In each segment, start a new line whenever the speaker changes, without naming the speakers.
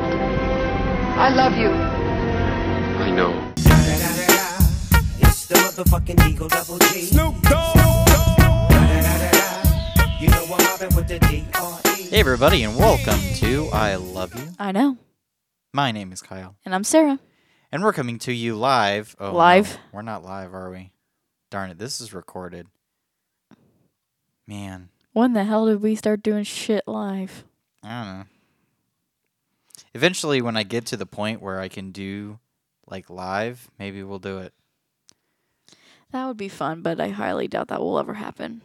I love you.
I know.
It's the motherfucking Eagle Double G. Snoop Dogg. You know I'm mobbing with the D.R.E.
Hey, everybody, and welcome to I Love You.
I know.
My name is Kyle,
And I'm Sarah.
and we're coming to you live. Oh, no,
Live?
we're not live, are we? Darn it, this is recorded. Man,
When the hell did we start doing shit live?
I don't know. Eventually, when I get to the point where I can do like live, maybe we'll do it.
That would be fun, but I highly doubt that will ever happen.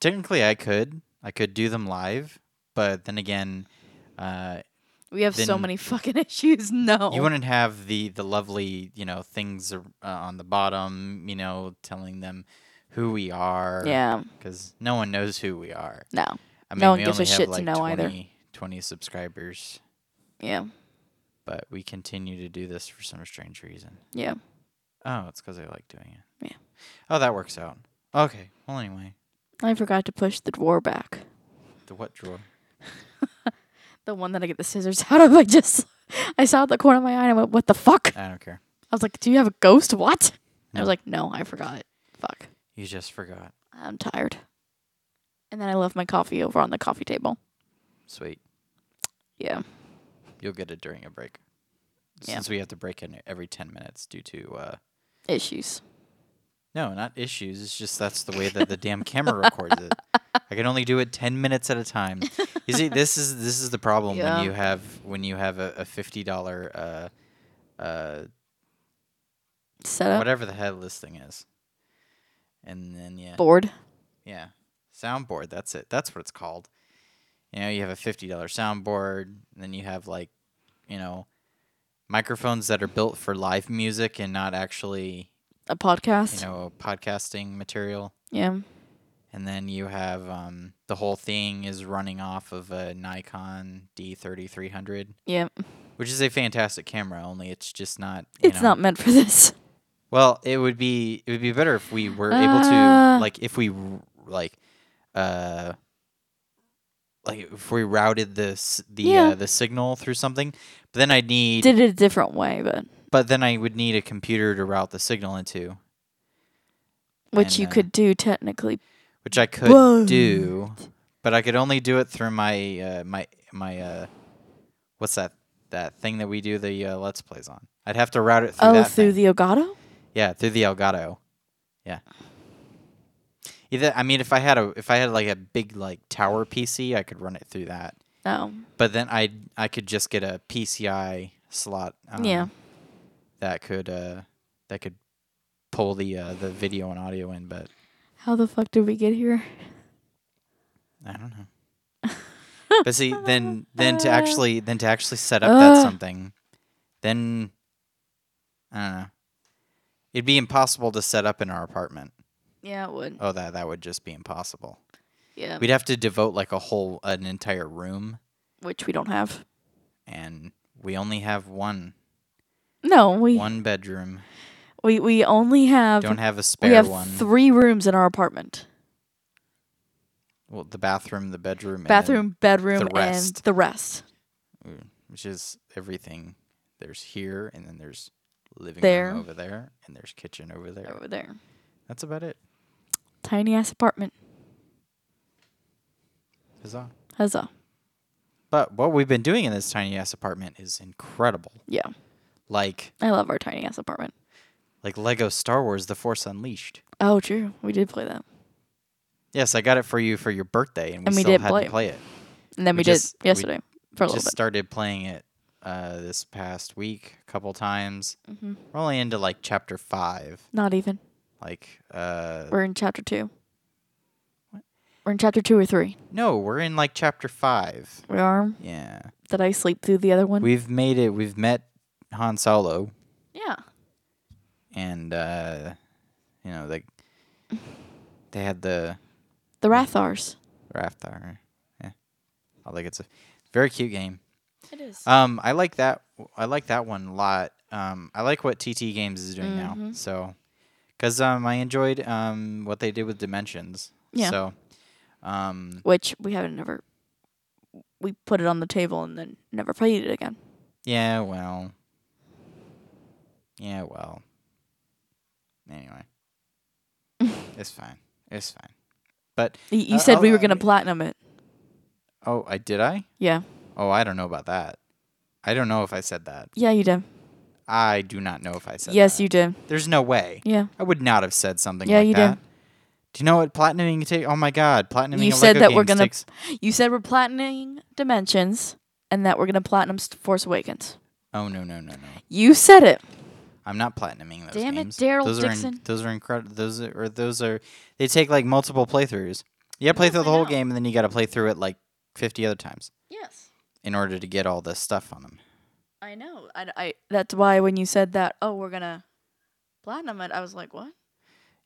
Technically, I could. I could do them live, but then again, uh,
We have so
Then-
many fucking issues. No.
You wouldn't have the the lovely, you know, things ar- uh, on the bottom, you know, telling them who we are.
Yeah.
Because no one knows who we are.
No.
I
No one gives a shit to know either.
20 subscribers,
Yeah.
but we continue to do this for some strange reason.
Yeah.
Oh, it's because I like doing it.
Yeah.
Oh, that works out. Okay. Well, anyway,
I forgot to push the drawer back.
the what drawer?
The one that I get the scissors out of. I just, I saw it the corner of my eye and I went, what the fuck?
I don't care.
I was like, do you have a ghost? What? I
No.
was like, no, I forgot. Fuck.
You just forgot.
I'm tired. And then I left my coffee over on the coffee table.
Sweet.
Yeah.
You'll get it during a break.
Yeah.
Since we have to break in every 10 minutes due to uh,
Issues.
No, not issues. It's just that's the way that the damn camera records it. I can only do it ten minutes at a time. You see, this is this is the problem
Yeah.
when you have when you have a, a fifty dollar uh, uh,
Set up.
whatever the hell this thing is, and then yeah,
Bored.
yeah, soundboard. That's it. That's what it's called. You know, you have a fifty dollar soundboard, and then you have like, you know, microphones that are built for live music and not actually
A podcast.
you know podcasting material.
Yeah.
and then you have um, the whole thing is running off of a Nikon D3300,
Yeah.
which is a fantastic camera. Only it's just not. You
It's
know-
not meant for this.
Well, it would be it would be better if we were able to
Uh.
like if we r- like uh like if we routed this the
Yeah.
uh, the signal through something. But then I'd need
Did it a different way, but
but then I would need a computer to route the signal into,
which you
And, uh,
could do technically.
which I could do, but I could only do it through my uh, my my uh, what's that that thing that we do the uh, let's plays on. I'd have to route it through
Oh,
that
through
thing.
the Elgato?
yeah through the Elgato, yeah. Either I mean, if I had a if I had like a big like tower PC, I could run it through that.
No.
But then I I could just get a PCI slot. um,
Yeah.
That could uh that could pull the uh, the video and audio in, but
How the fuck did we get here?
I don't know. but see, then then to actually then to actually set up that
Ugh.
something, then I don't know. It'd be impossible to set up in our apartment.
Yeah, it would.
Oh, that that would just be impossible.
Yeah.
We'd have to devote like a whole an entire room,
which we don't have.
and we only have one
No, we
one bedroom.
we, we only have
Don't have a
we
spare
have
one.
three rooms in our apartment.
well, the bathroom, the bedroom, and then-
Bathroom, bedroom, and
rest.
the rest.
which is everything. There's here, and then there's living
There.
room over there, and there's kitchen over there.
Over there.
That's about it.
Tiny ass apartment.
Bizarre.
Huzzah.
But what we've been doing in this tiny ass apartment is incredible.
Yeah.
Like
I love our tiny ass apartment.
like Lego Star Wars The Force Unleashed.
Oh true. We did play that.
Yes, I got it for you for your birthday and we,
And we
still
did
had
play
to
it
play it.
And then
We
we, did
just- we
yesterday for a little
Just
bit.
started playing it uh this past week a couple times.
Mhm.
We're only into like chapter 5.
Not even.
Like uh
We're in chapter two. We're in chapter two or three.
no, we're in like chapter 5.
We are.
Yeah.
Did I sleep through the other one?
We've made it. We've met Han Solo
yeah.
and uh you know, like they had the
The Rathars.
Raftar. Yeah. I think it's a very cute game.
It is.
Um, I like that. I like that one a lot. um, I like what TT Games is doing
Mm-hmm.
now. So, because um, I enjoyed um, what they did with Dimensions.
Yeah.
So, um,
which we haven't ever. We put it on the table and then never played it again.
yeah, well, yeah, well. Anyway, it's fine. It's fine. But
Y- You
Uh,
said we
I'll-
were
I
gonna
mean-
platinum it.
oh, I did I?
Yeah,
Oh, I don't know about that. I don't know if I said that.
yeah, you did.
I do not know if I said
yes,
that.
you did.
There's no way.
Yeah,
I would not have said something
Yeah,
like
you did.
that. Do you know what platinuming take? Oh my god, platinuming
You
of
said
Lego
that we're
games
gonna-
takes-
you said we're platinuming Dimensions and that we're gonna platinum St- Force Awakens.
Oh no no no no!
You said it.
I'm not platinuming those
Damn it,
games.
Daryl
Those Are in,
Dixon.
those are incredible. Those are or those are they take like multiple playthroughs. You gotta play
Yes,
through the
I
whole
know.
game and then you gotta play through it like 50 other times
Yes,
in order to get all this stuff on them.
I know. I, I that's why when you said that, oh, we're gonna platinum it. I was like, what?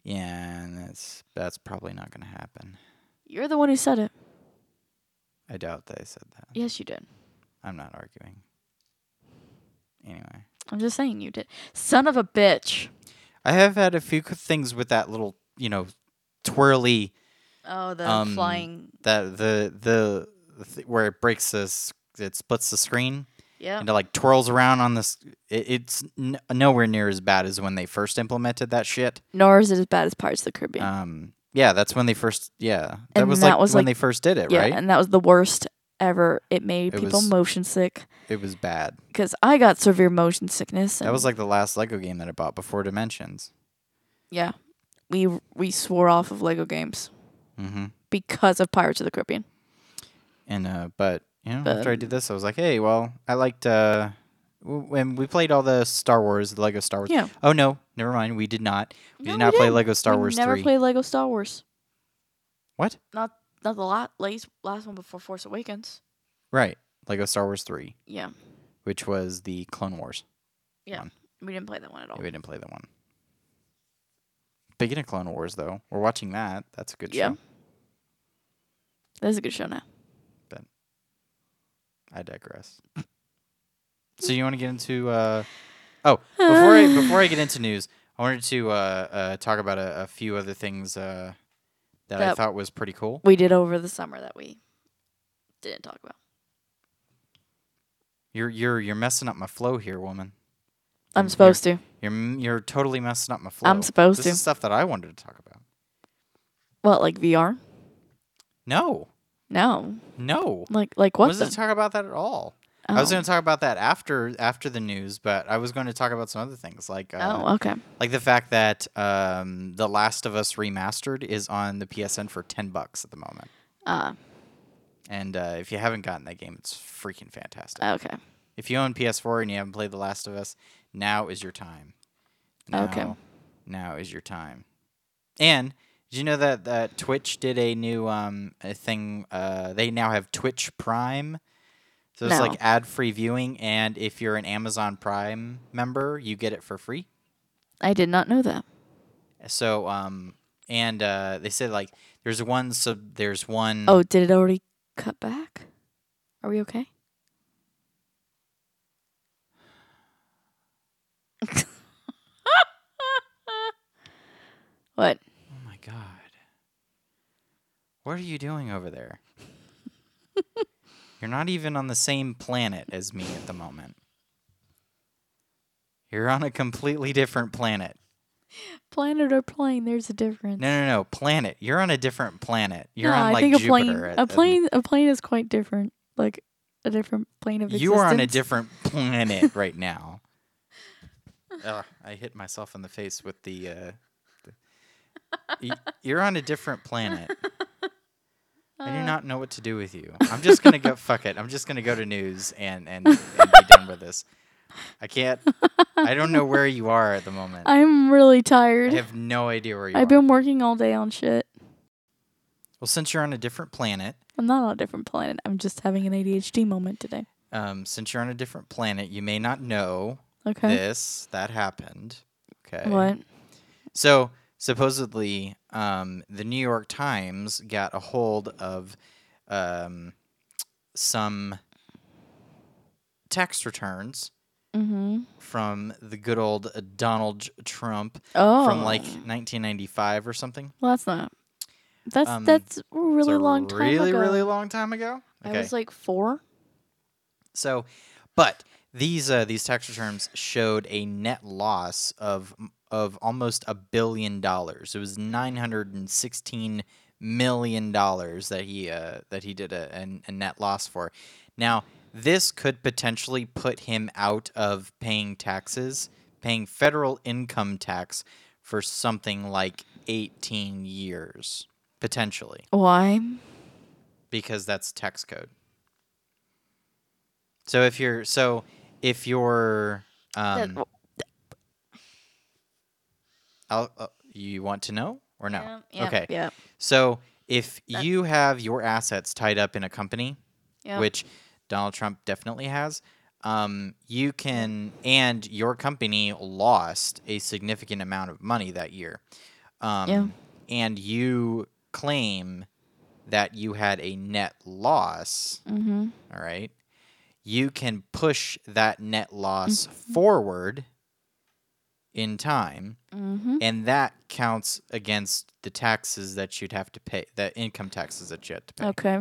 Yeah, and that's that's probably not gonna happen.
You're the one who said it.
I doubt they said that.
Yes, you did.
I'm not arguing. Anyway.
I'm just saying you did. Son of a bitch.
I have had a few c- things with that little, you know, twirly
Oh, the
Um,
flying.
that the the, the th- where it breaks this it splits the screen
Yeah.
and it like twirls around on this it, it's n- nowhere near as bad as when they first implemented that shit.
Nor is it as bad as Pirates of the Caribbean.
Um yeah, that's when they first yeah. That
And
was
that
like
was,
when
like-
they first did it,
yeah,
right?
and that was the worst ever. It made
It
people
was-
motion sick
it was bad.
because I got severe motion sickness. And
That was like the last Lego game that I bought before Dimensions.
yeah, we we swore off of Lego games
Mhm.
because of Pirates of the Caribbean.
And uh, but you know, after I
But-
did this, I was like, hey, well, I liked uh, w- when we played all the Star Wars, the Lego Star Wars.
Yeah.
Oh no, never mind. We did not. We
No,
did
we
not play
didn't.
Lego Star
we
Wars
never
three.
played Lego Star Wars.
What?
Not not the last last last one before Force Awakens.
Right, Lego Star Wars three,
Yeah,
which was the Clone Wars.
we didn't play that one at all.
We didn't play that one. Speaking of Clone Wars, though, we're watching that. That's a good
Yeah.
show.
That is a good show now.
I digress. so you want to get into? Uh... Oh, before I before I get into news, I wanted to uh, uh, talk about a, a few other things uh, that I
That-
thought was pretty cool.
We did over the summer that we didn't talk about.
You're you're you're messing up my flow here, woman.
I'm supposed to.
You're m- you're totally messing up my flow.
I'm supposed
this
to.
Is stuff that I wanted to talk about.
What like VR?
No,
No,
no.
like like
I
what?
wasn't
then?
talk about that at all. I was
Oh.
going to talk about that after after the news, but I was going to talk about some other things like uh,
Oh, okay.
like the fact that um, the Last of Us remastered is on the PSN for ten bucks at the moment.
Uh,
And uh, if you haven't gotten that game, it's freaking fantastic.
okay.
If you own PS4 and you haven't played The Last of Us, now is your time. Now,
Okay.
Now is your time. And did you know that, that Twitch did a new um a thing? Uh, they now have Twitch Prime, so it's
No.
like ad-free viewing, and if you're an Amazon Prime member, you get it for free.
I did not know that.
So um and uh, they said like there's one sub there's one
Oh, did it already cut back? Are we okay? what?
Oh my god. What are you doing over there? You're not even on the same planet as me at the moment. You're on a completely different planet.
Planet or plane? There's a difference.
No, no, no, planet. You're on a different planet. You're
No,
on like
I think a plane.
Jupiter. at-
a
at-
plane. A plane is quite different. Like a different plane of existence.
You are on a different planet right now. Ugh, I hit myself in the face with the. Uh, the y- you're on a different planet. I
Uh.
do not know what to do with you. I'm just gonna go. Fuck it. I'm just gonna go to news and and, and be done with this. I can't. I don't know where you are at the moment. I,
I'm really tired.
have no idea where you
I've
are.
been working all day on shit.
Well, since you're on a different planet,
I'm not on a different planet. I'm just having an ADHD moment today.
um, since you're on a different planet, you may not know
Okay.
this that happened. Okay.
What?
So supposedly, um, the New York Times got a hold of um, some tax returns
Mm-hmm.
from the good old Donald J- Trump
Oh.
from like 1995 or something.
Well, that's not. That's
Um,
that's a
It's
really
a
long time
really,
ago.
really long time ago.
I was like four.
So, but these uh, these tax returns showed a net loss of of almost a billion dollars. It was nine hundred and sixteen million dollars that he uh, that he did a, a, a net loss for. Now, this could potentially put him out of paying taxes, paying federal income tax for something like eighteen years potentially
Why?
Um, because that's tax code. So if you're so if you're um I'll, uh, you want to know or no?
Yeah, yeah,
okay.
Yeah.
So if
That-
you have your assets tied up in a company,
Yeah.
which Donald Trump definitely has, um, you can and your company lost a significant amount of money that year. Um,
Yeah.
and you claim that you had a net loss
Mm-hmm.
all right you can push that net loss forward in time
Mm-hmm.
and that counts against the taxes that you'd have to pay the income taxes that you have to pay
Okay.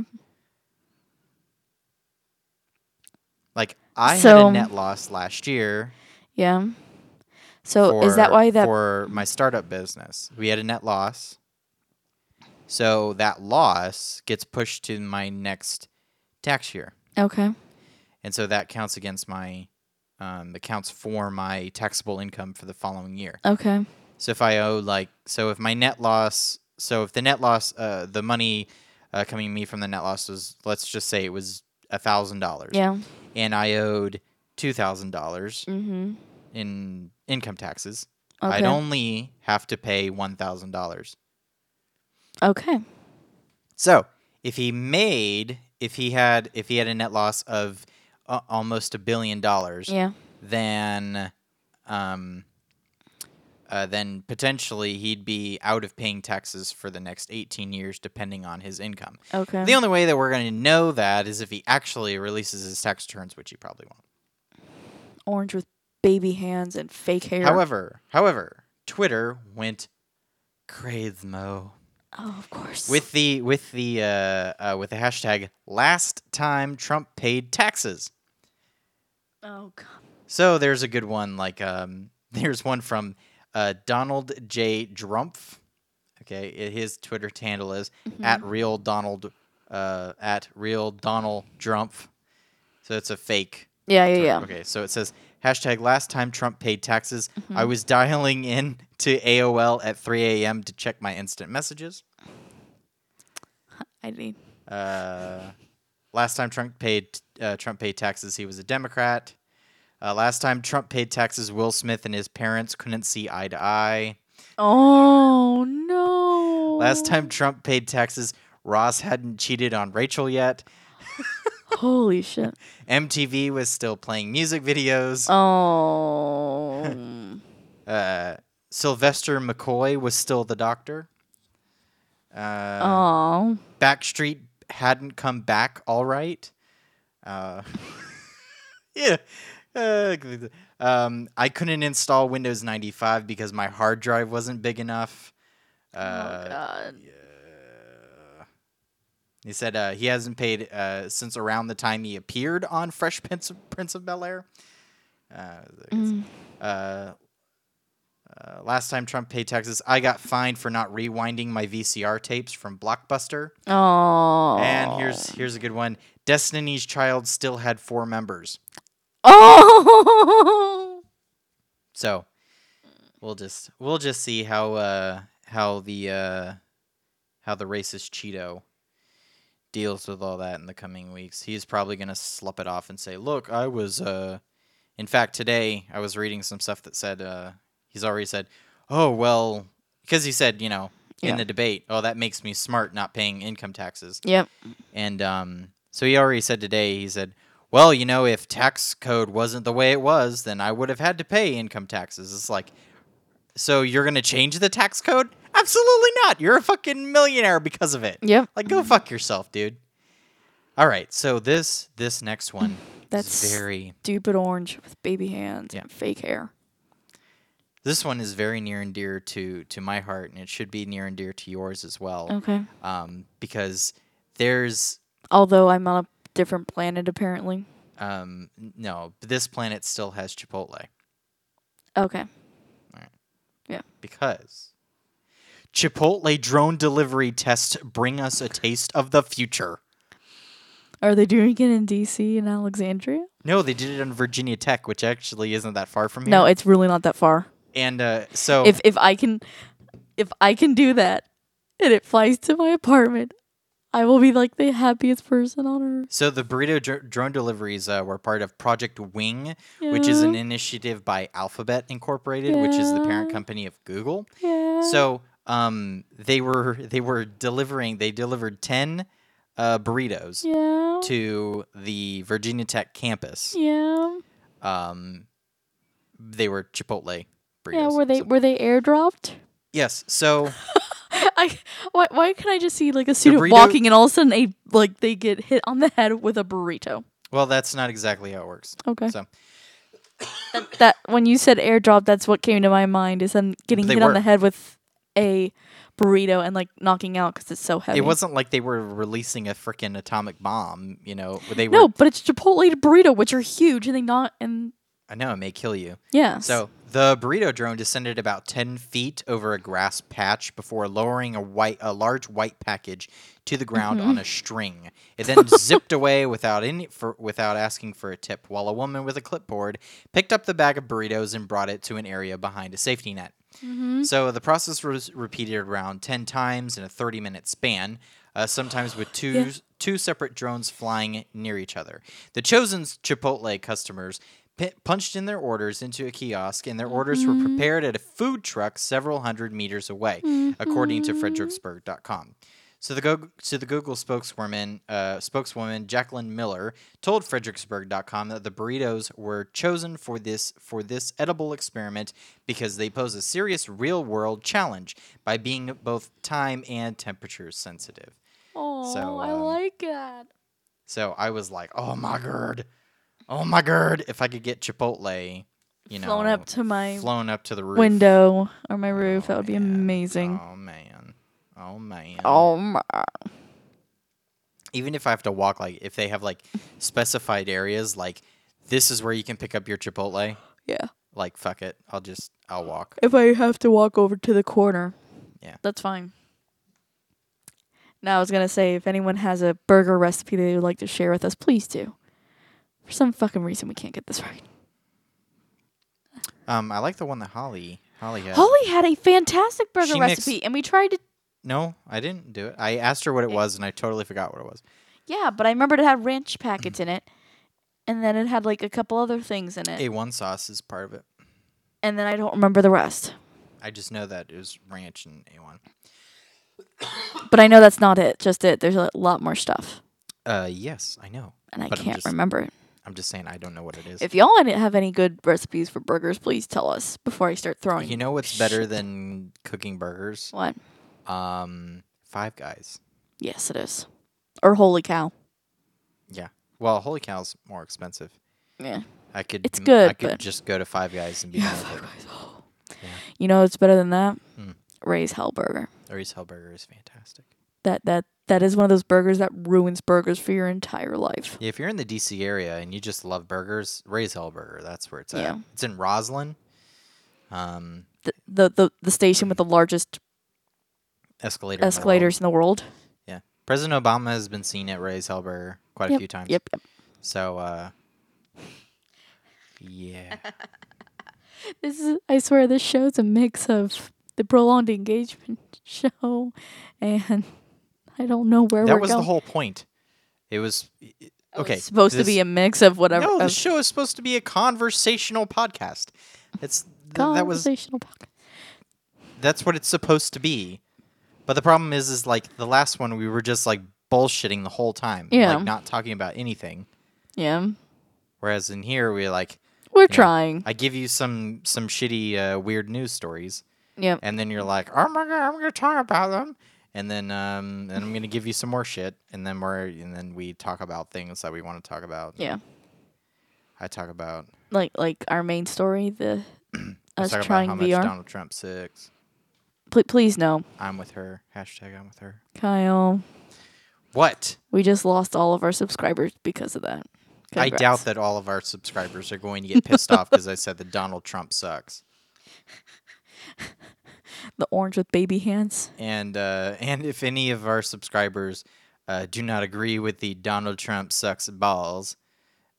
like i had
So-
a net loss last year
Yeah. So Oh, is that
for-
why that?
for my startup business we had a net loss so that loss gets pushed to my next tax year
okay.
and so that counts against my um, accounts for my taxable income for the following year
Okay.
So if I owe like, so if my net loss, so if the net loss, uh, the money uh, coming to me from the net loss was, let's just say it was a thousand dollars,
Yeah.
and I owed two thousand dollars
Mm-hmm.
in income taxes, I'd
Okay.
only have to pay one thousand dollars.
Okay.
So if he made, if he had, if he had a net loss of uh, almost a billion dollars,
Yeah.
then um uh, then potentially he'd be out of paying taxes for the next 18 years depending on his income
Okay.
the only way that we're going to know that is if he actually releases his tax returns which he probably won't
Orange with baby hands and fake hair.
however however twitter went crazmo
oh, of course.
with the with the uh, uh, with the hashtag last time trump paid taxes
oh god.
So there's a good one. Like um, there's one from uh, Donald J. Drumpf. Okay, i- his Twitter handle is at real Donald uh, at real Donald Drumpf. So it's a fake.
Yeah. Yeah.
Twitter.
Yeah.
Okay, so it says hashtag last time Trump paid taxes. I was dialing in to AOL at 3 a.m. to check my instant messages.
I mean.
Uh, last time Trump paid uh, Trump paid taxes, he was a Democrat. Uh, last time Trump paid taxes, Will Smith and his parents couldn't see eye to eye.
Oh no.
Last time Trump paid taxes, Ross hadn't cheated on Rachel yet.
Holy shit.
MTV was still playing music videos.
Uh Oh.
Uh, Sylvester McCoy was still the doctor. Uh,
Oh.
Backstreet hadn't come back all right. Uh, yeah. Uh, um, I couldn't install Windows 95 because my hard drive wasn't big enough.
oh
Uh,
god.
he said uh, he hasn't paid uh, since around the time he appeared on Fresh Prince of, Prince of Bel Air. Uh,
Mm.
uh, uh, last time Trump paid taxes, I got fined for not rewinding my VCR tapes from Blockbuster.
Oh.
And here's here's a good one. Destiny's Child still had four members.
Oh.
So we'll just we'll just see how uh how the uh how the racist Cheeto deals with all that in the coming weeks. He's probably gonna slop it off and say, Look, I was uh in fact today I was reading some stuff that said uh he's already said, Oh well because he said, you know, in
Yeah.
the debate, oh that makes me smart not paying income taxes.
Yep.
And um, so he already said today, he said, well, you know, if tax code wasn't the way it was, then I would have had to pay income taxes. It's like, so you're going to change the tax code? Absolutely not. You're a fucking millionaire because of it.
Yep.
Like, go fuck yourself, dude. All right. So this this next one
That's
very
stupid orange with baby hands
Yeah.
and fake hair.
this one is very near and dear to to my heart and it should be near and dear to yours as well
Okay.
um, because there's
Although I'm on a different planet apparently.
um, n- no this planet still has chipotle
Okay.
because chipotle drone delivery tests bring us a taste of the future
Are they doing it in DC and Alexandria?
no they did it on virginia tech which actually isn't that far from here
No, it's really not that far.
and uh, so
If if I can if I can do that and it flies to my apartment, I will be like the happiest person on earth.
So the burrito dr- drone deliveries uh, were part of Project Wing, which is an initiative by Alphabet Incorporated, which is the parent
Yeah.
company of Google.
Yeah.
So um, they were they were delivering they delivered ten uh, burritos
yeah.
to the Virginia Tech campus.
yeah.
Um, they were Chipotle burritos.
Yeah, were they
So-
were they airdropped?
yes. So
I why why can I just see like a student
burrito-
walking and all of a sudden a like they get hit on the head with a burrito?
well, that's not exactly how it works.
Okay.
So
That when you said airdrop, that's what came to my mind is them getting
They
hit on
were.
the head with a burrito and like knocking out because it's so heavy.
it wasn't like they were releasing a freaking atomic bomb. You know, they were.
no, but it's Chipotle burrito, which are huge, and they not and
I know it may kill you.
yeah.
So the burrito drone descended about ten feet over a grass patch before lowering a white, a large white package to the ground
Mm-hmm.
on a string. It then zipped away without any, for, without asking for a tip. While a woman with a clipboard picked up the bag of burritos and brought it to an area behind a safety net. So the process was repeated around ten times in a thirty-minute span, uh, sometimes with two two separate drones flying near each other. The chosen Chipotle customers pi punched in their orders into a kiosk, and their orders were prepared at a food truck several hundred meters away, according to Fredericksburg.com. So the, Go- so the Google spokeswoman, uh, spokeswoman Jacqueline Miller told Fredericksburg.com that the burritos were chosen for this for this edible experiment because they pose a serious real world challenge by being both time and temperature sensitive.
oh,
so,
I
um,
like that.
So I was like, oh my god, oh my god, if I could get Chipotle, you know,
Flown up to my
flown up to the roof.
Window or my roof, that would be
man.
amazing.
Oh man, oh man.
Oh my!
even if I have to walk, like if they have like specified areas, like this is where you can pick up your Chipotle.
Yeah.
Like fuck it, I'll just I'll walk.
If I have to walk over to the corner,
Yeah.
that's fine. Now I was gonna say, if anyone has a burger recipe they would like to share with us, please do. For some fucking reason, we can't get this right.
Um, I like the one that Holly Holly had.
Holly had a fantastic burger
She makes-
recipe, and we tried to.
No, I didn't do it. I asked her what it
Eh.
was, and I totally forgot what it was.
Yeah, but I remembered it had ranch packets in it, and then it had like a couple other things in it,
A one sauce is part of it.
and then I don't remember the rest.
I just know that it was ranch and A one.
But I know that's not it. Just it. There's a lot more stuff,
Uh, yes, I know.
and I
But I'm
can't
just-
remember it.
I'm just saying I don't know what it is.
If y'all any- have any good recipes for burgers, please tell us before I start throwing.
you know what's better than cooking burgers?
what?
Um, Five Guys.
Yes, it is. Or holy cow.
Yeah. Well, holy cow's more expensive.
Yeah.
I could.
It's
m- I
good,
could
but-
just go to Five Guys and be done with it.
You know it's better than that.
Hmm.
Ray's Hell Burger.
Reese Hellburger is fantastic.
That that that is one of those burgers that ruins burgers for your entire life.
Yeah, if you're in the DC area and you just love burgers, Ray's Hellburger. That's where it's at.
Yeah.
It's in Roslyn. Um,
The the the, the station with the largest
escalator. in the world.
escalators in the world.
Yeah. President Obama has been seen at Ray's Hellburger quite a
Yep,
few times.
Yep, yep.
So. uh Yeah.
This is I swear this show's a mix of the prolonged engagement show and I don't know where
that
we're
was
going.
the whole point. It was i- i- okay.
It's supposed to
this-
be a mix of whatever
no. The
of
show is supposed to be a conversational podcast. It's th- that was
conversational podcast.
that's what it's supposed to be. But the problem is, is like the last one, we were just like bullshitting the whole time,
Yeah.
like not talking about anything.
Yeah.
Whereas in here, we're like,
We're
know,
trying.
I give you some some shitty uh, weird news stories,
Yep.
and then you're like, oh my god, I'm gonna talk about them, and then um, and I'm gonna give you some more shit, and then we're and then we talk about things that we want to talk about.
Yeah.
I talk about
Like like our main story, the
I
us
talk
trying
about how
VR.
much Donald Trump sucks.
Pl- please no,
I'm with her. Hashtag I'm with her.
Kyle.
What?
We just lost all of our subscribers because of that.
I doubt
Congrats.
that all of our subscribers are going to get pissed off because I said that Donald Trump sucks.
the orange with baby hands.
And uh, and if any of our subscribers uh, do not agree with the Donald Trump sucks balls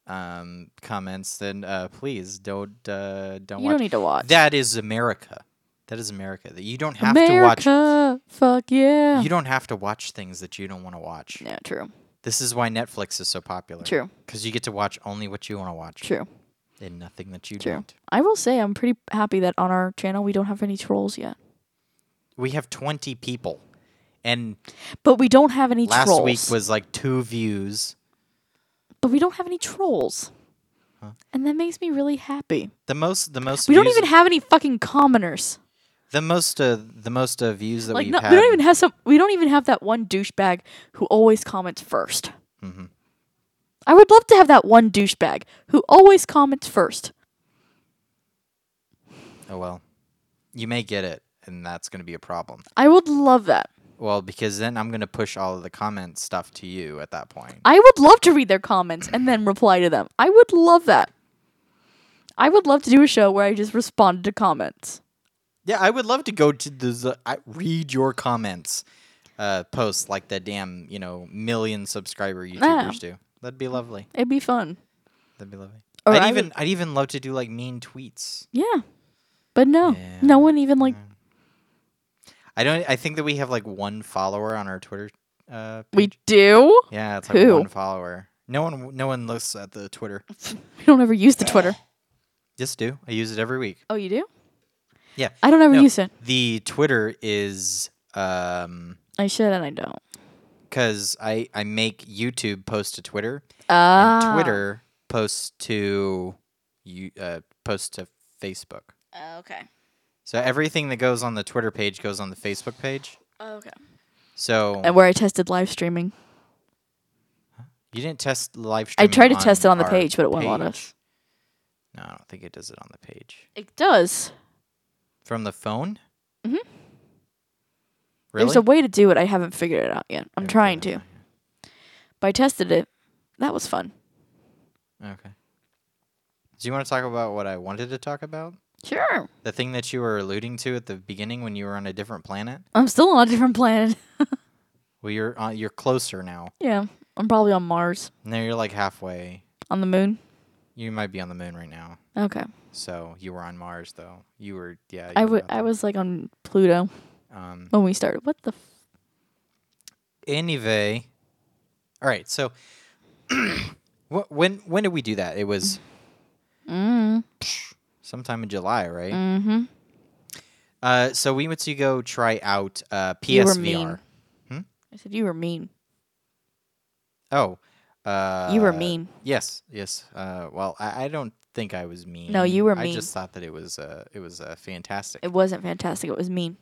um, comments, then uh, please don't uh, don't
You
watch.
don't need to watch.
that is America. That is America. That you don't have
America,
to watch.
fuck yeah.
You don't have to watch things that you don't want to watch.
yeah, true,
This is why Netflix is so popular.
True.
Because you get to watch only what you want to watch
true,
and nothing that you
true.
don't.
I will say I'm pretty happy that on our channel we don't have any trolls yet,
We have 20 people. And
but we don't have any
last
trolls.
week was like two views.
but we don't have any trolls, and that makes me really happy.
The most, the most,
We don't
views-
even have any fucking commoners.
the most, uh, the most uh, views that
Like
we've
no,
had.
we don't even have some. We don't even have that one douchebag who always comments 1st
Mm-hmm.
I would love to have that one douchebag who always comments first.
oh well, you may get it, and that's going to be a problem.
I would love that.
Well, because then I'm going to push all of the comment stuff to you at that point.
I would love to read their comments and then reply to them. I would love that. I would love to do a show where I just responded to comments.
Yeah, I would love to go to the z- I- read your comments uh, posts like the damn you know million subscriber YouTubers do. That'd be lovely.
It'd be fun.
That'd be lovely.
Or
I'd
I
even
would-
I'd even love to do like mean tweets.
Yeah. But no,
Yeah.
no one even like
I don't. I think that we have like one follower on our Twitter. Uh,
we do.
yeah, it's like
Who?
one follower. No one no one looks at the Twitter.
We don't ever use
Uh.
the Twitter.
Just do. I use it every week.
Oh, you do?
Yeah.
I don't ever
No.
use it.
The Twitter is um
I should and I don't.
because I I make YouTube post to Twitter.
Ah.
and Twitter posts to you uh, posts to Facebook.
Oh, Okay.
So everything that goes on the Twitter page goes on the Facebook page.
Oh, Okay.
So
And Uh, where I tested live streaming.
you didn't test live
I
streaming.
tried to test it on the
our
page, but it wouldn't let
page?
us.
No, I don't think it does it on the page
It does.
from the phone.
Mhm.
Really?
There's a way to do it. I haven't figured it out yet. I'm
Okay,
trying
okay,
to. But I tested it. That was fun.
Okay. Do you want to talk about what I wanted to talk about?
Sure.
The thing that you were alluding to at the beginning when you were on a different planet.
I'm still on a different planet.
Well, you're on, you're closer now.
yeah. I'm probably on Mars,
Now you're like halfway.
on the moon.
You might be on the moon right now.
Okay.
So you were on Mars, though. You were, yeah. You
I
were
wa-
out
I
there.
was like on Pluto
Um,
when we started. What the f-
anyway, all right. So wh- when when did we do that? It was
Mm-hmm. Mm.
sometime in July, right? Mm-hmm. Uh, so we went to go try out uh,
You were
PSVR.
mean. I said you were mean.
Oh, uh,
You were mean.
Yes, yes. Uh, well, I, I don't think I was mean.
No, you were
I
mean.
just thought that it was uh, it was uh, fantastic.
It wasn't fantastic. It was mean.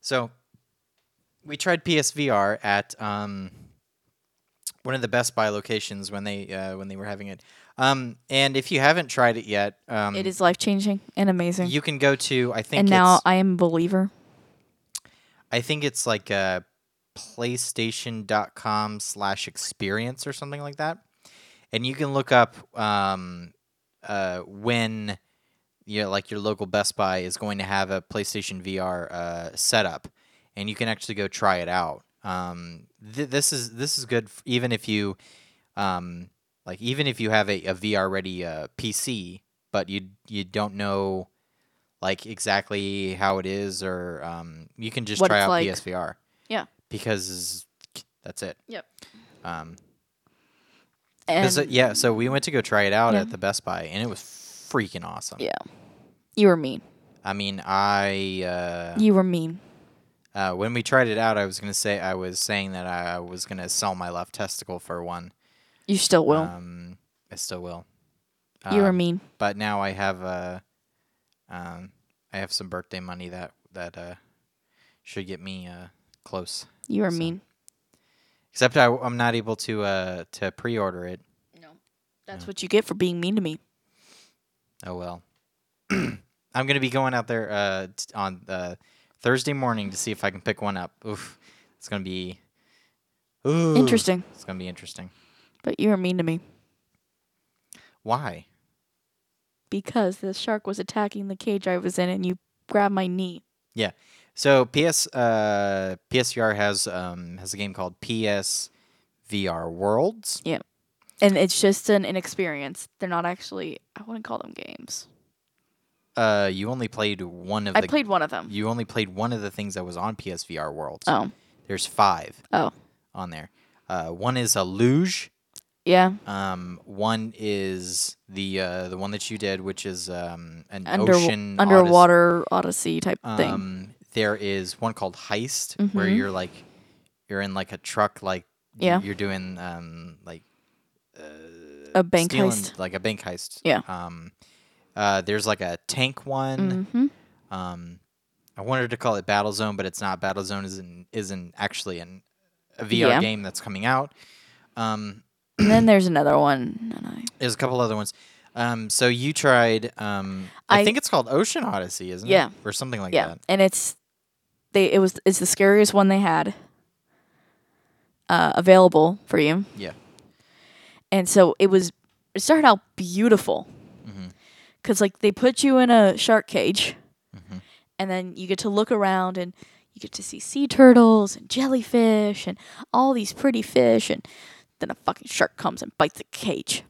So we tried PSVR at um, one of the Best Buy locations when they uh, when they were having it. Um, and if you haven't tried it yet, um,
It is life changing and amazing.
You can go to I think
and now
it's,
I am a believer.
I think it's like uh, PlayStation.com slash experience or something like that, and you can look up um, uh, when you know, like your local Best Buy is going to have a PlayStation VR uh, setup, and you can actually go try it out. Um, th- this is this is good f- even if you um, like even if you have a, a VR ready uh, PC, but you you don't know like exactly how it is, or um, you can just
What
try
it's
out
like.
PSVR
Yeah.
because that's it.
Yep.
Um,
And
'cause, uh, yeah, so we went to go try it out
Yeah.
at the Best Buy, and it was freaking awesome.
Yeah. you were mean.
I mean, I uh,
You were mean.
uh, when we tried it out, I was gonna say I was saying that I was gonna sell my left testicle for one.
You still will.
Um, I still will.
you were
Um,
mean.
but now I have uh, um, I have some birthday money that that uh, should get me uh, close.
You were
so-
mean.
Except I, I'm not able to uh, to pre-order it.
No. That's what you get for being mean to me.
Oh well. I'm gonna be going out there uh, t- on uh, Thursday morning to see if I can pick one up. Oof, it's gonna be. Ooh,
Interesting.
It's gonna be interesting.
But you were mean to me
Why?
because the shark was attacking the cage I was in, and you grabbed my knee.
Yeah. So PS uh, PSVR has um, has a game called PSVR Worlds.
And it's just an inexperience. They're not actually. I wouldn't call them games.
Uh, you only played one of
I
the.
played one of them.
You only played one of the things that was on PSVR Worlds.
Oh,
There's five
oh,
on there. Uh, one is a luge.
yeah.
Um, one is the uh, the one that you did, which is um, an
Under
ocean odyssey.
underwater odyssey type thing.
Um, there is one called Heist, where
Mhm.
you're like, you're in like a truck, like y-
Yeah.
you're doing um like
A bank
stealing-
heist.
like a bank heist.
Yeah.
Um, uh, there's like a tank one.
Mm-hmm.
Um, I wanted to call it Battle Zone, but it's not. Battle Zone isn't isn't actually an a VR
Yeah.
game that's coming out. Um,
and then there's another one. And I,
There's a couple other ones. Um, so you tried. Um, I,
I-
think it's called Ocean Odyssey, isn't
Yeah.
it? or something like
yeah,
that.
and it's they. It was. It's the scariest one they had uh, available for you.
Yeah.
and so it was it started out beautiful
Mhm.
because like they put you in a shark cage
Mhm.
and then you get to look around and you get to see sea turtles and jellyfish and all these pretty fish and then a fucking shark comes and bites the cage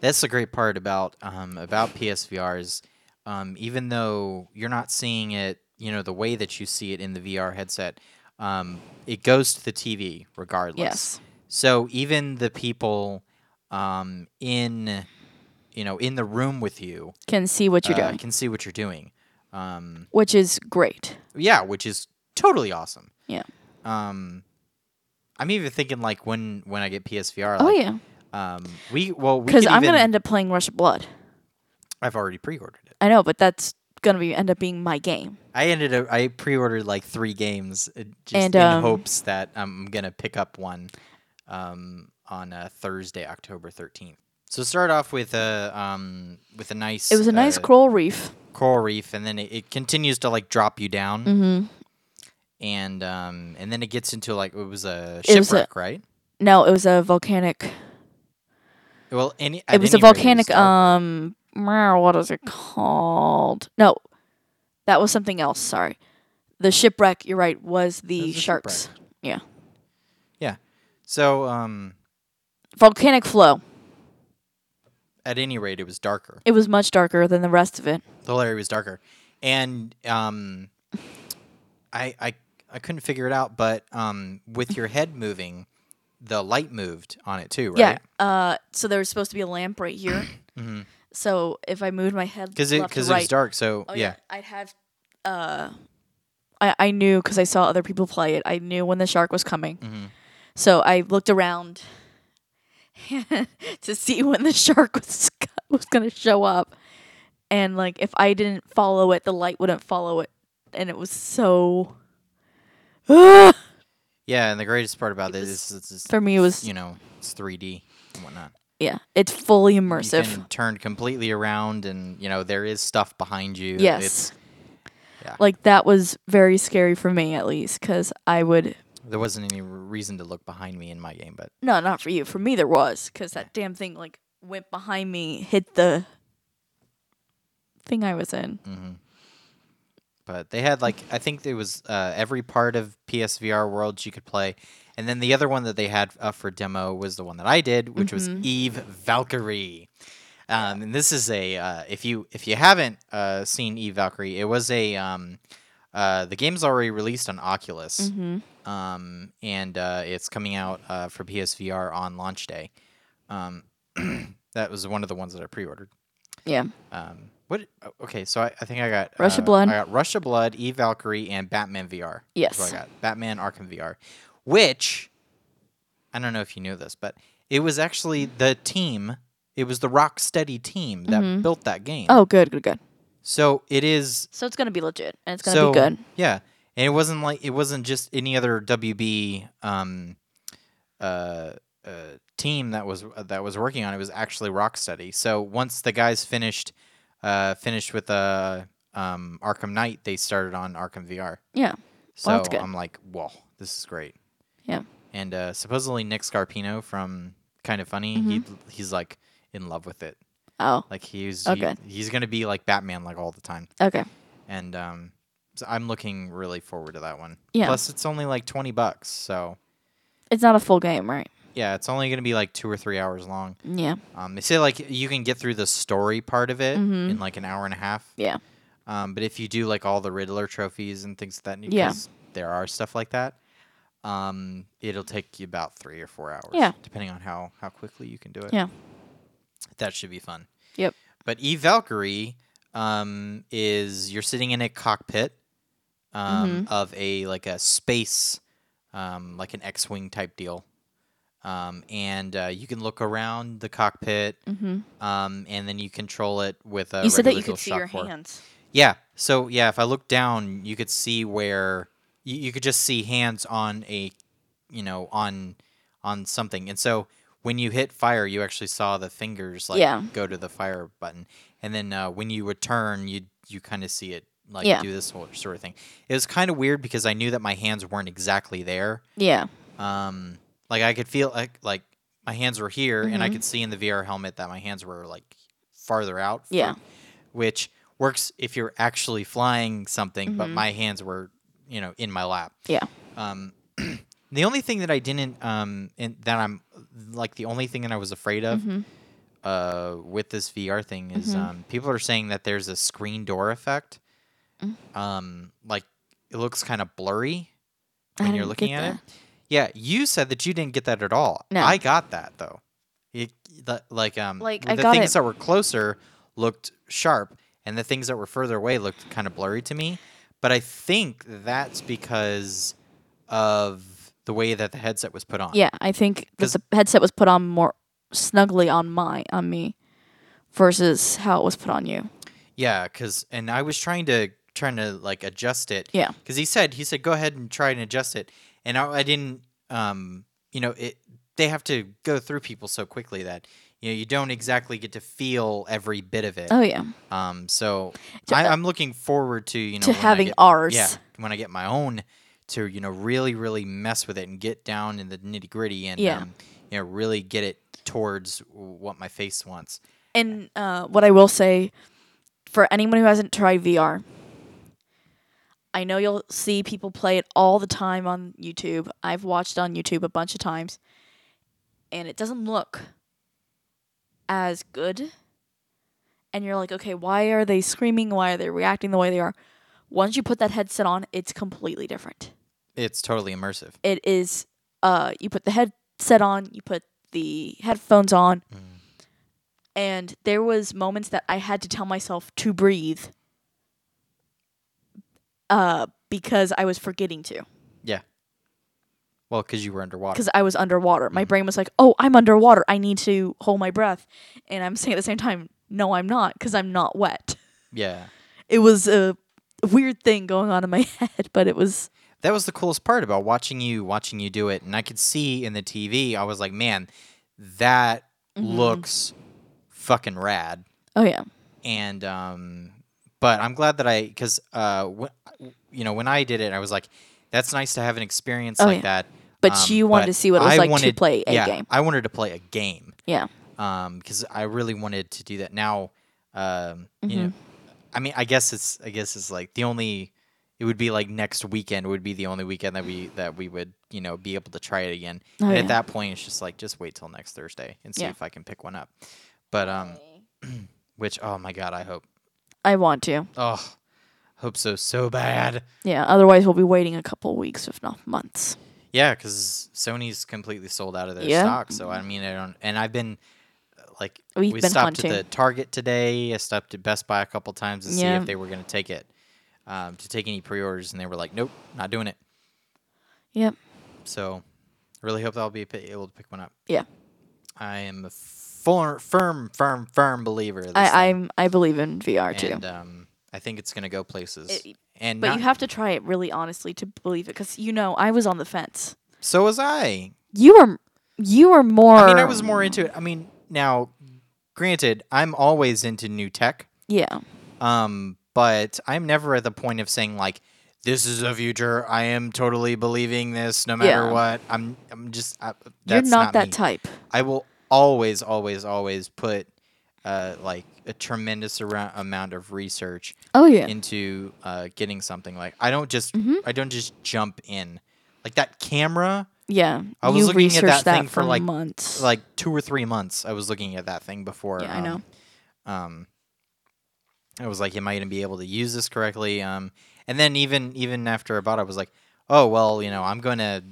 That's the great part about um, about PSVR is um, even though you're not seeing it, you know, the way that you see it in the VR headset, um, it goes to the TV regardless.
yes
So even the people um, in, you know, in the room with you
can see what you're
uh,
doing
can see what you're doing. Um,
which is great
Yeah, which is totally awesome.
Yeah.
Um, I'm even thinking like when when I get PSVR. Like,
oh yeah
Um, we well we
because
could
i'm
even,
gonna end up playing rush of blood
I've already pre-ordered it.
i know but that's gonna be end up being my game
I ended up I pre-ordered like three games uh, just
And,
in
um,
hopes that I'm gonna pick up one, um, on uh, Thursday, October 13th. So start off with a um with a nice.
it was a nice
uh,
coral reef
coral reef, and then it, it continues to like drop you down,
mm-hmm.
and um and then it gets into like it was a
It was a-
shipwreck, right?
no it was a volcanic
Well, any at
it was a
any rate,
volcanic
dark.
um meow, what is it called no that was something else sorry the shipwreck you're right was the
was a
sharks yeah
So um,
volcanic flow
at any rate, it was darker.
it was much darker than the rest of it
The whole area was darker, and um, I I I couldn't figure it out, but um, with your head moving, the light moved on it too, right?
yeah uh so there was supposed to be a lamp right here
Mhm.
so if i moved my head
Because it
left to
because it
right,
was dark. So
oh,
yeah.
i'd have uh I, I knew because I saw other people play it. I knew when the shark was coming.
Mhm.
So I looked around to see when the shark was go- was gonna show up, and like if I didn't follow it, the light wouldn't follow it, and it was so. for
yeah, and the greatest part about
It
this
was-
is, is, is
me, it was
you know it's 3D and whatnot.
yeah, it's fully
You
immersive.
can turn completely around, and you know there is stuff behind you.
yes,
it's, yeah.
like that was very scary for me at least because I would
there wasn't any reason to look behind me in my game, but
no, not for you. For me, there was because that damn thing like went behind me, hit the thing I was in.
hmm But they had like I think there was uh, every part of PSVR Worlds you could play, and then the other one that they had up for demo was the one that I did, which was Eve Valkyrie. Um, and this is a uh, if you if you haven't uh, seen Eve Valkyrie, it was a um, uh, the game's already released on Oculus,
Mm-hmm.
um, and uh, it's coming out uh, for PSVR on launch day. Um, that was one of the ones that I pre-ordered.
Yeah.
Um, what? oh, Okay, so I, I think I got
Rush of
uh,
Blood.
I got Rush of Blood, Eve Valkyrie, and Batman VR. That's what
Yes.
I got Batman Arkham VR, which I don't know if you knew this, but it was actually the team. It was the Rocksteady team that
Mhm.
built that game.
Oh, good, good, good.
so it is
So it's gonna be legit and it's gonna
so
be good.
yeah, and it wasn't like it wasn't just any other WB um, uh, uh, team that was that was working on it. It was actually Rocksteady. So once the guys finished uh, finished with uh, um, Arkham Knight, they started on Arkham VR.
Yeah.
So
Well, that's good.
I'm like, whoa, this is great.
Yeah.
And uh, supposedly Nick Scarpino from Kind of Funny, he
Mm-hmm.
he's like in love with it.
Oh.
Like he's
Okay.
he, he's gonna be like Batman like all the time.
Okay.
And um, so I'm looking really forward to that one.
Yeah.
Plus, it's only like 20 bucks, so
It's not a full game, right?
yeah, it's only gonna be like two or three hours long.
Yeah.
Um, they say like you can get through the story part of it in like an hour and a half.
Mm-hmm. Yeah.
Um, but if you do like all the Riddler trophies and things of that,
Yeah.
because there are stuff like that, um, it'll take you about three or four hours,
Yeah.
depending on how how quickly you can do it.
Yeah.
that should be fun.
Yep.
But Eve Valkyrie um, is you're sitting in a cockpit um,
Mm-hmm.
of a like a space, um, like an X-wing type deal, um, and uh, you can look around the cockpit,
Mhm.
um, and then you control it with a.
you said that
Uh, regular
you could
DualShock
see your
4.
hands.
Yeah. So yeah, if I look down, you could see where you, you could just see hands on a, you know, on on something. And so when you hit fire, you actually saw the fingers like
Yeah.
go to the fire button, and then uh, when you return, you you kind of see it like
Yeah.
do this whole sort of thing. It was kind of weird because I knew that my hands weren't exactly there.
Yeah.
Um, like I could feel like like my hands were here, and
Mm-hmm.
I could see in the VR helmet that my hands were like farther out.
Yeah.
which works if you're actually flying something, but my hands were you know in my lap.
Yeah.
Um, the only thing that I didn't um and that I'm like the only thing that I was afraid of. Uh, with this VR thing is um, people are saying that there's a screen door effect. Um, like it looks kind of blurry
I
when you're
didn't
looking
get
at it. Yeah, you said that you didn't get that at all.
No.
I got that though. It, the, like um
Like,
the
I got
things
it-
that were closer looked sharp and the things that were further away looked kind of blurry to me, but I think that's because of the way that the headset was put on.
Yeah, I think that
'Cause-
the headset was put on more snugly on my on me versus how it was put on you.
Yeah, cuz and I was trying to trying to like adjust it.
Yeah.
Cuz he said he said go ahead and try and adjust it. And I, I didn't um you know, it they have to go through people so quickly that you know, you don't exactly get to feel every bit of it.
Oh yeah.
Um, so I, I'm looking forward to you know
to
when I
having
get-
ours.
Yeah, when I get my own, to you know really really mess with it and get down in the nitty gritty and
Yeah.
um, you know really get it towards what my face wants.
And uh, what I will say for anyone who hasn't tried VR, I know you'll see people play it all the time on YouTube. I've watched on YouTube a bunch of times, and it doesn't look as good. And you're like, okay, why are they screaming? Why are they reacting the way they are? Once you put that headset on, it's completely different
It's totally immersive.
it is uh you put the headset on, you put the headphones on. And there was moments that I had to tell myself to breathe uh because I was forgetting to
Yeah. Well, because you were underwater.
because I was underwater. My brain was like, "Oh, I'm underwater. I need to hold my breath." And I'm saying at the same time, "No, I'm not because I'm not wet."
Yeah.
It was a weird thing going on in my head, but it was
that was the coolest part about watching you watching you do it and i could see in the tv i was like man that
Mm-hmm.
looks fucking rad
oh yeah.
and um but i'm glad that i because uh wh- you know when i did it i was like that's nice to have an experience
Oh,
like
yeah.
that Um,
But you wanted to see what it was like to play a
yeah,
game.
i wanted to play a game
Yeah.
um because i really wanted to do that now um
Mm-hmm.
you know i mean i guess it's i guess it's like the only it would be like next weekend would be the only weekend that we that we would you know be able to try it again
Oh,
and
yeah.
at that point it's just like just wait till next thursday and see
Yeah.
if i can pick one up but um which oh my god i hope
I want to.
oh hope so so bad
Yeah, otherwise we'll be waiting a couple weeks if not months.
Yeah, because Sony's completely sold out of their
Yeah.
stock. So I mean, I don't. And I've been uh, like,
We've
we
been
stopped
hunting.
at the Target today. I stopped at Best Buy a couple times to see
Yeah.
if they were going to take it, um, to take any pre-orders, and they were like, "Nope, not doing it."
Yep.
So, I really hope that I'll be pi- able to pick one up.
Yeah.
I am a fir- firm, firm, firm believer. Of this
I,
thing,
I'm I believe in VR
and
too.
um, I think it's going to go places.
It-
and
But
not-
you have to try it really honestly to believe it cuz you know I was on the fence.
so was I.
You were you were more
I mean, I was more into it. I mean, now, granted, I'm always into new tech.
Yeah.
Um, but I'm never at the point of saying like, "This is the future. I am totally believing this, no matter
Yeah.
what." I'm, I'm just, I,
You're
that's
not, that
me.
type.
I will always, always, always put uh, like a tremendous arou- amount of research
Oh yeah. Mm-hmm.
into uh, getting something. Like I don't just, I don't just jump in. Like that camera,
yeah.
I was
you
looking at
researched
that thing for,
for
like-
months.
like two or three months, I was looking at that thing before.
yeah, I know.
um, um I was like, am I gonna be able to use this correctly? Um and then even even after I bought it, I was like, oh well, you know, I'm gonna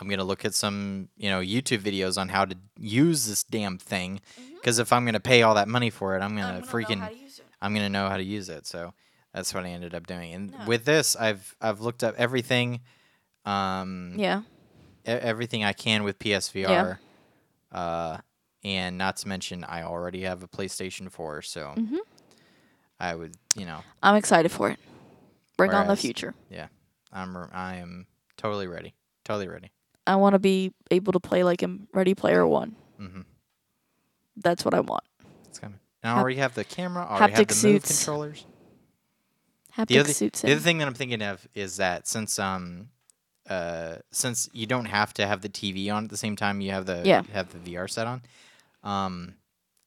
I'm gonna look at some, you know, YouTube videos on how to use this damn thing.
Mm-hmm.
Because if I'm gonna pay all that money for it, I'm gonna, uh, freaking I'm gonna know how to use it. So that's what I ended up doing. And
No.
with this I've I've looked up everything um
Yeah.
e- everything I can with PSVR. Uh, and not to mention, I already have a PlayStation 4, so
Mm-hmm.
I would, you know,
I'm excited for it. Bring on the
Whereas-
future.
I'm r- I am totally ready, totally ready.
I want to be able to play like in Ready Player One.
hmm
That's what I want.
It's coming. And I
Hap-
already have the camera. I already have
haptic
the move
suits.
controllers. The
Haptic
other,
suits.
the
in.
other thing that I'm thinking of is that since um, uh, since you don't have to have the TV on at the same time you have the
Yeah.
have the VR set on, um,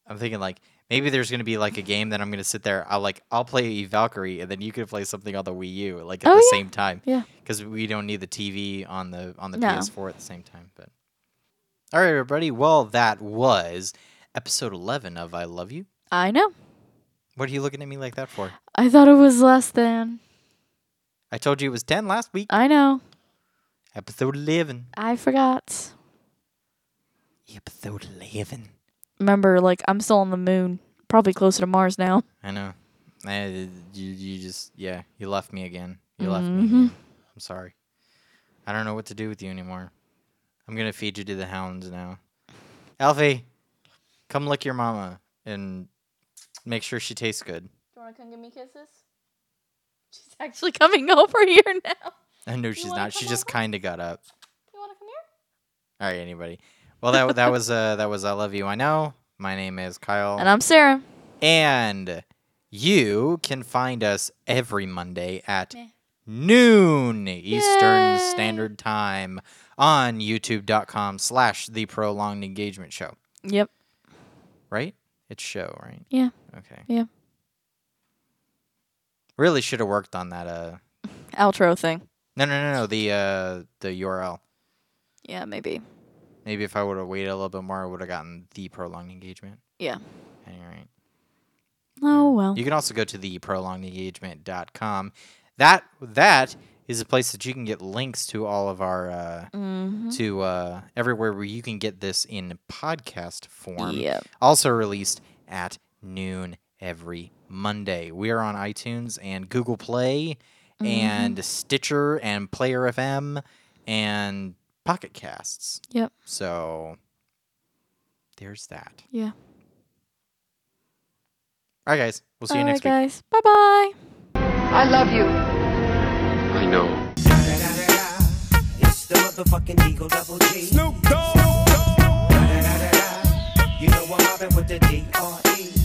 I'm thinking like maybe there's gonna be like a game that I'm gonna sit there. I'll like I'll play Valkyrie and then you can play something on the Wii U like at
Oh,
the
yeah.
same time.
Yeah.
Because we don't need the TV on the on the
No.
PS4 at the same time. But all right, everybody. Well, that was episode 11 of I Love You.
I know.
What are you looking at me like that for?
I thought it was less than.
I told you it was 10 last week.
I know.
Episode 11.
I forgot.
Episode 11.
Remember, like I'm still on the moon. Probably closer to Mars now.
I know. I, you, you just, yeah, you left me again. You left me.
Mhm.
again. I'm sorry. I don't know what to do with you anymore. I'm going to feed you to the hounds now. Alfie, come lick your mama and make sure she tastes good.
Do you want to come give me kisses? She's actually coming over here now.
I know she's
wanna
not. She
come
just kind of got up.
You want to come here?
All right, anybody. Well, that that was uh that was I love you. I know. My name is Kyle.
And I'm Sarah.
And you can find us every Monday at
Meh.
noon Eastern
Yay.
Standard Time on youtube.com slash the prolonged engagement show.
Yep.
Right? It's show, right?
Yeah.
Okay.
Yeah.
Really should have worked on that uh
Outro thing.
no no no no the uh the URL.
Yeah, maybe.
Maybe if I would have waited a little bit more I would have gotten the prolonged engagement.
Yeah.
Anyway.
Oh well.
You can also go to the prolongedengagement.com. That that is a place that you can get links to all of our uh,
hmm
to uh, everywhere where you can get this in podcast form.
Yep.
Also released at noon every Monday. We are on iTunes and Google Play
Mm-hmm.
and Stitcher and Player FM and Pocket Casts.
Yep.
So there's that.
Yeah.
All right, guys. We'll see you
All right,
next week.
guys. Bye bye.
I love you.
I know.
It's the motherfucking Eagle Double G. Snoop Dogg. You know I'm mobbing with the D R E.